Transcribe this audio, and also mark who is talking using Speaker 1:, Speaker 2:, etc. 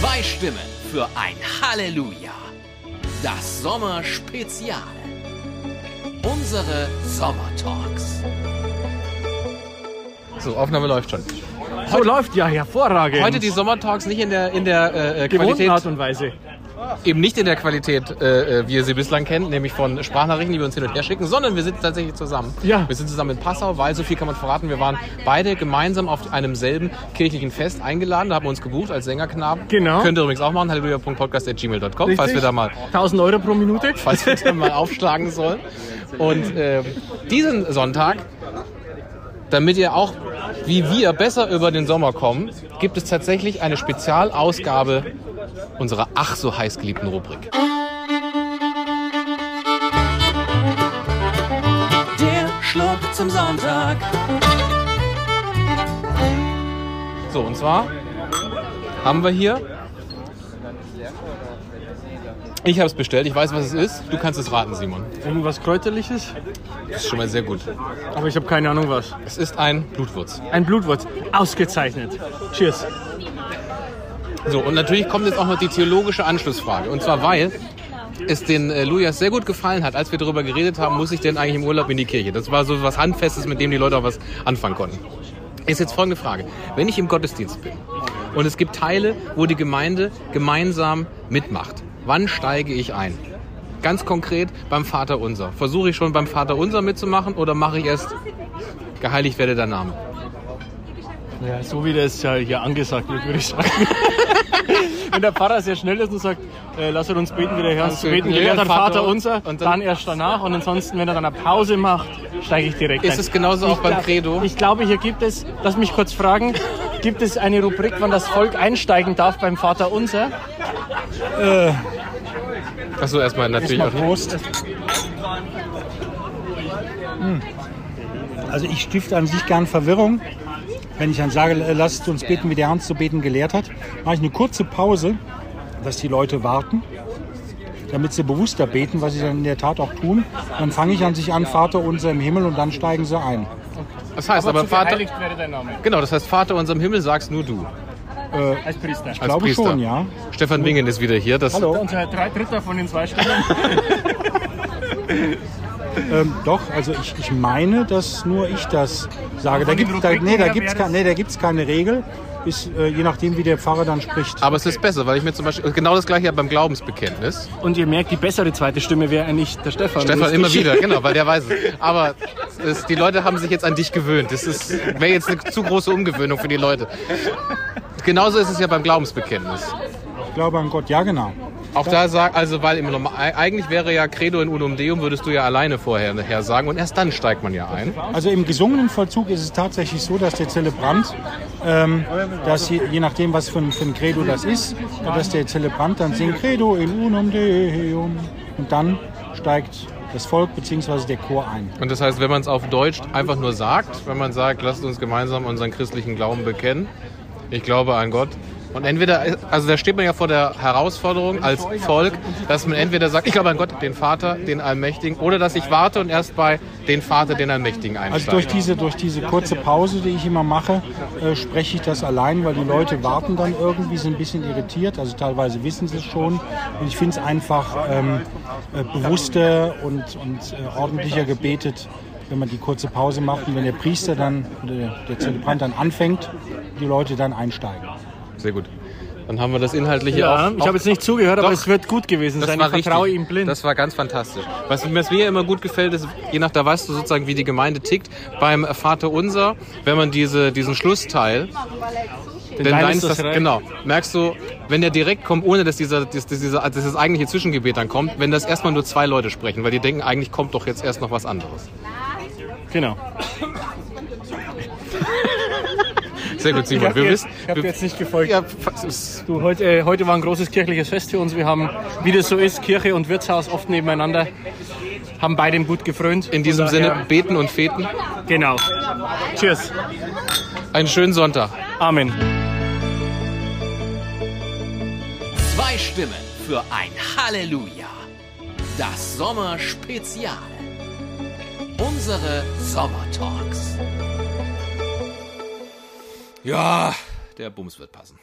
Speaker 1: Zwei Stimmen für ein Halleluja. Das Sommerspezial. Unsere Sommertalks.
Speaker 2: So, Aufnahme läuft schon.
Speaker 3: So läuft ja hervorragend.
Speaker 2: Heute die Sommertalks nicht in der, in der äh, äh,
Speaker 3: Gewohnten
Speaker 2: Qualität,
Speaker 3: Art und Weise.
Speaker 2: eben nicht in der Qualität, äh, äh, wie ihr sie bislang kennt, nämlich von Sprachnachrichten, die wir uns hin und her schicken, sondern wir sitzen tatsächlich zusammen.
Speaker 3: Ja.
Speaker 2: Wir sind zusammen in Passau, weil so viel kann man verraten. Wir waren beide gemeinsam auf einem selben kirchlichen Fest eingeladen, da haben wir uns gebucht als Sängerknaben.
Speaker 3: Genau.
Speaker 2: Könnt ihr übrigens auch machen, halleluja.podcast.gmail.com, falls
Speaker 3: Richtig?
Speaker 2: wir da mal
Speaker 3: 1000 Euro pro Minute.
Speaker 2: falls wir da mal aufschlagen sollen. Und ähm, diesen Sonntag, damit ihr auch wie wir besser über den Sommer kommen, gibt es tatsächlich eine Spezialausgabe unserer ach so heiß geliebten Rubrik.
Speaker 1: Der Schluck zum Sonntag.
Speaker 2: So, und zwar haben wir hier. Ich habe es bestellt, ich weiß, was es ist. Du kannst es raten, Simon.
Speaker 3: Irgendwas Kräuterliches,
Speaker 2: Das ist schon mal sehr gut.
Speaker 3: aber ich habe keine Ahnung was.
Speaker 2: Es ist ein Blutwurz.
Speaker 3: Ein Blutwurz. Ausgezeichnet. Cheers.
Speaker 2: So, und natürlich kommt jetzt auch noch die theologische Anschlussfrage. Und zwar, weil es den äh, Lujas sehr gut gefallen hat, als wir darüber geredet haben, muss ich denn eigentlich im Urlaub in die Kirche? Das war so was Handfestes, mit dem die Leute auch was anfangen konnten. Ist jetzt folgende Frage. Wenn ich im Gottesdienst bin und es gibt Teile, wo die Gemeinde gemeinsam mitmacht, wann steige ich ein? Ganz konkret beim Vater Unser. Versuche ich schon beim Vater Unser mitzumachen oder mache ich erst geheiligt werde dein Name?
Speaker 3: Ja, so wie das ja hier angesagt wird, würde ich sagen. Wenn der Pfarrer sehr schnell ist und sagt, äh, lasst uns beten, wie der Herr uns zu beten gelehrt hat, Vater unser,
Speaker 2: Und dann-
Speaker 3: dann, erst danach. Und ansonsten, wenn er dann eine Pause macht, steige ich direkt
Speaker 2: Ist
Speaker 3: ein.
Speaker 2: es genauso auch beim
Speaker 3: glaub-
Speaker 2: Credo?
Speaker 3: Ich glaube, hier gibt es, lass mich kurz fragen, gibt es eine Rubrik, wann das Volk einsteigen darf beim Vater unser?
Speaker 2: Achso, erstmal natürlich.
Speaker 4: Erstmal
Speaker 2: auch-
Speaker 4: Prost. Hm. Also ich stifte an sich gern Verwirrung. Wenn ich dann sage, äh, lasst uns beten, wie der Herr uns zu beten gelehrt hat, mache ich eine kurze Pause, dass die Leute warten, damit sie bewusster beten, was sie dann in der Tat auch tun. Dann fange ich an sich an, Vater unser im Himmel, und dann steigen sie ein.
Speaker 2: Das heißt aber,
Speaker 3: Zu
Speaker 2: Vater,
Speaker 3: geheiligt werde dein Name
Speaker 2: Genau, das heißt, Vater unserem Himmel sagst nur du.
Speaker 3: als Priester.
Speaker 2: Als
Speaker 4: glaube
Speaker 2: Priester.
Speaker 4: schon, ja.
Speaker 2: Stefan Wingen ist wieder hier. Das
Speaker 4: Hallo.
Speaker 3: Unser drei Dritter von den zwei Stimmen.
Speaker 4: Ähm, doch, also ich, ich meine, dass nur ich das sage. Da
Speaker 3: von den
Speaker 4: gibt da, nee,
Speaker 3: Rubriken
Speaker 4: da
Speaker 3: her
Speaker 4: gibt's
Speaker 3: wäre
Speaker 4: ke-
Speaker 3: das-
Speaker 4: nee, da gibt's keine Regel. Ist, äh, je nachdem, wie der Pfarrer dann spricht.
Speaker 2: Aber es ist besser, weil ich mir zum Beispiel genau das gleiche beim Glaubensbekenntnis.
Speaker 3: Und ihr merkt, die bessere zweite Stimme wäre eigentlich der Stefan.
Speaker 2: Stefan
Speaker 3: Lustig.
Speaker 2: immer wieder, genau, weil der weiß es. Aber es, die Leute haben sich jetzt an dich gewöhnt. Das ist- wäre jetzt eine zu große Umgewöhnung für die Leute. Genauso ist es ja beim Glaubensbekenntnis.
Speaker 4: Ich glaube an Gott, ja genau.
Speaker 2: Auch da sag, also weil im Norma- eigentlich wäre ja Credo in Unum Deum, würdest du ja alleine vorher her sagen und erst dann steigt man ja ein.
Speaker 4: Also im gesungenen Vollzug ist es tatsächlich so, dass der Zelebrant, ähm, dass je, je nachdem, was für ein, für ein Credo das ist, dass der Zelebrant dann singt Credo in unum deum und dann steigt das Volk bzw. der Chor ein.
Speaker 2: Und das heißt, wenn man es auf Deutsch einfach nur sagt, wenn man sagt, lasst uns gemeinsam unseren christlichen Glauben bekennen, ich glaube an Gott. Und entweder, also da steht man ja vor der Herausforderung als Volk, dass man entweder sagt, ich glaube an Gott, den Vater, den Allmächtigen, oder dass ich warte und erst bei den Vater, den Allmächtigen
Speaker 4: Also durch
Speaker 2: einsteige.
Speaker 4: diese, durch diese kurze Pause, die ich immer mache, äh, spreche ich das allein, weil die Leute warten dann irgendwie, sind ein bisschen irritiert. Also teilweise wissen sie es schon. Und ich finde es einfach ähm, äh, bewusster und, und äh, ordentlicher gebetet, wenn man die kurze Pause macht und wenn der Priester dann, oder der, der Zelebrant dann anfängt, die Leute dann einsteigen.
Speaker 2: Sehr gut. Dann haben wir das Inhaltliche
Speaker 3: Ja,
Speaker 2: auch.
Speaker 3: ich habe jetzt nicht zugehört,
Speaker 2: Doch.
Speaker 3: aber es wird gut gewesen
Speaker 2: Das
Speaker 3: sein.
Speaker 2: war
Speaker 3: Ich vertraue
Speaker 2: richtig.
Speaker 3: ihm blind.
Speaker 2: Das war ganz fantastisch. Was, was mir immer gut gefällt, ist, je nach, da weißt du sozusagen, wie die Gemeinde tickt. Beim Vater Unser, wenn man diese, diesen Schlussteil, denn
Speaker 3: dein
Speaker 2: dein
Speaker 3: ist
Speaker 2: ist das,
Speaker 3: das Reich.
Speaker 2: genau, merkst du, wenn der direkt kommt, ohne dass dieser, dass, dass dieser, dass das eigentliche Zwischengebet dann kommt, wenn das erstmal nur zwei Leute sprechen, weil die denken, eigentlich kommt doch jetzt erst noch was anderes.
Speaker 3: genau.
Speaker 2: Sehr gut, Simon. Wir wissen,
Speaker 3: ich habe
Speaker 2: wir,
Speaker 3: jetzt nicht gefolgt.
Speaker 2: ja, es ist-
Speaker 3: Du, heute, äh, heute war ein großes kirchliches Fest für uns. Wir haben, wie das so ist, Kirche und Wirtshaus oft nebeneinander. Haben beidem gut gefrönt.
Speaker 2: in diesem
Speaker 3: Von
Speaker 2: Sinne,
Speaker 3: daher-
Speaker 2: beten und feten.
Speaker 3: Genau. Cheers.
Speaker 2: Einen schönen Sonntag.
Speaker 3: Amen.
Speaker 1: Zwei Stimmen für ein Halleluja. Das Sommerspezial. Unsere Sommertalks. Ja, der Bums wird passen.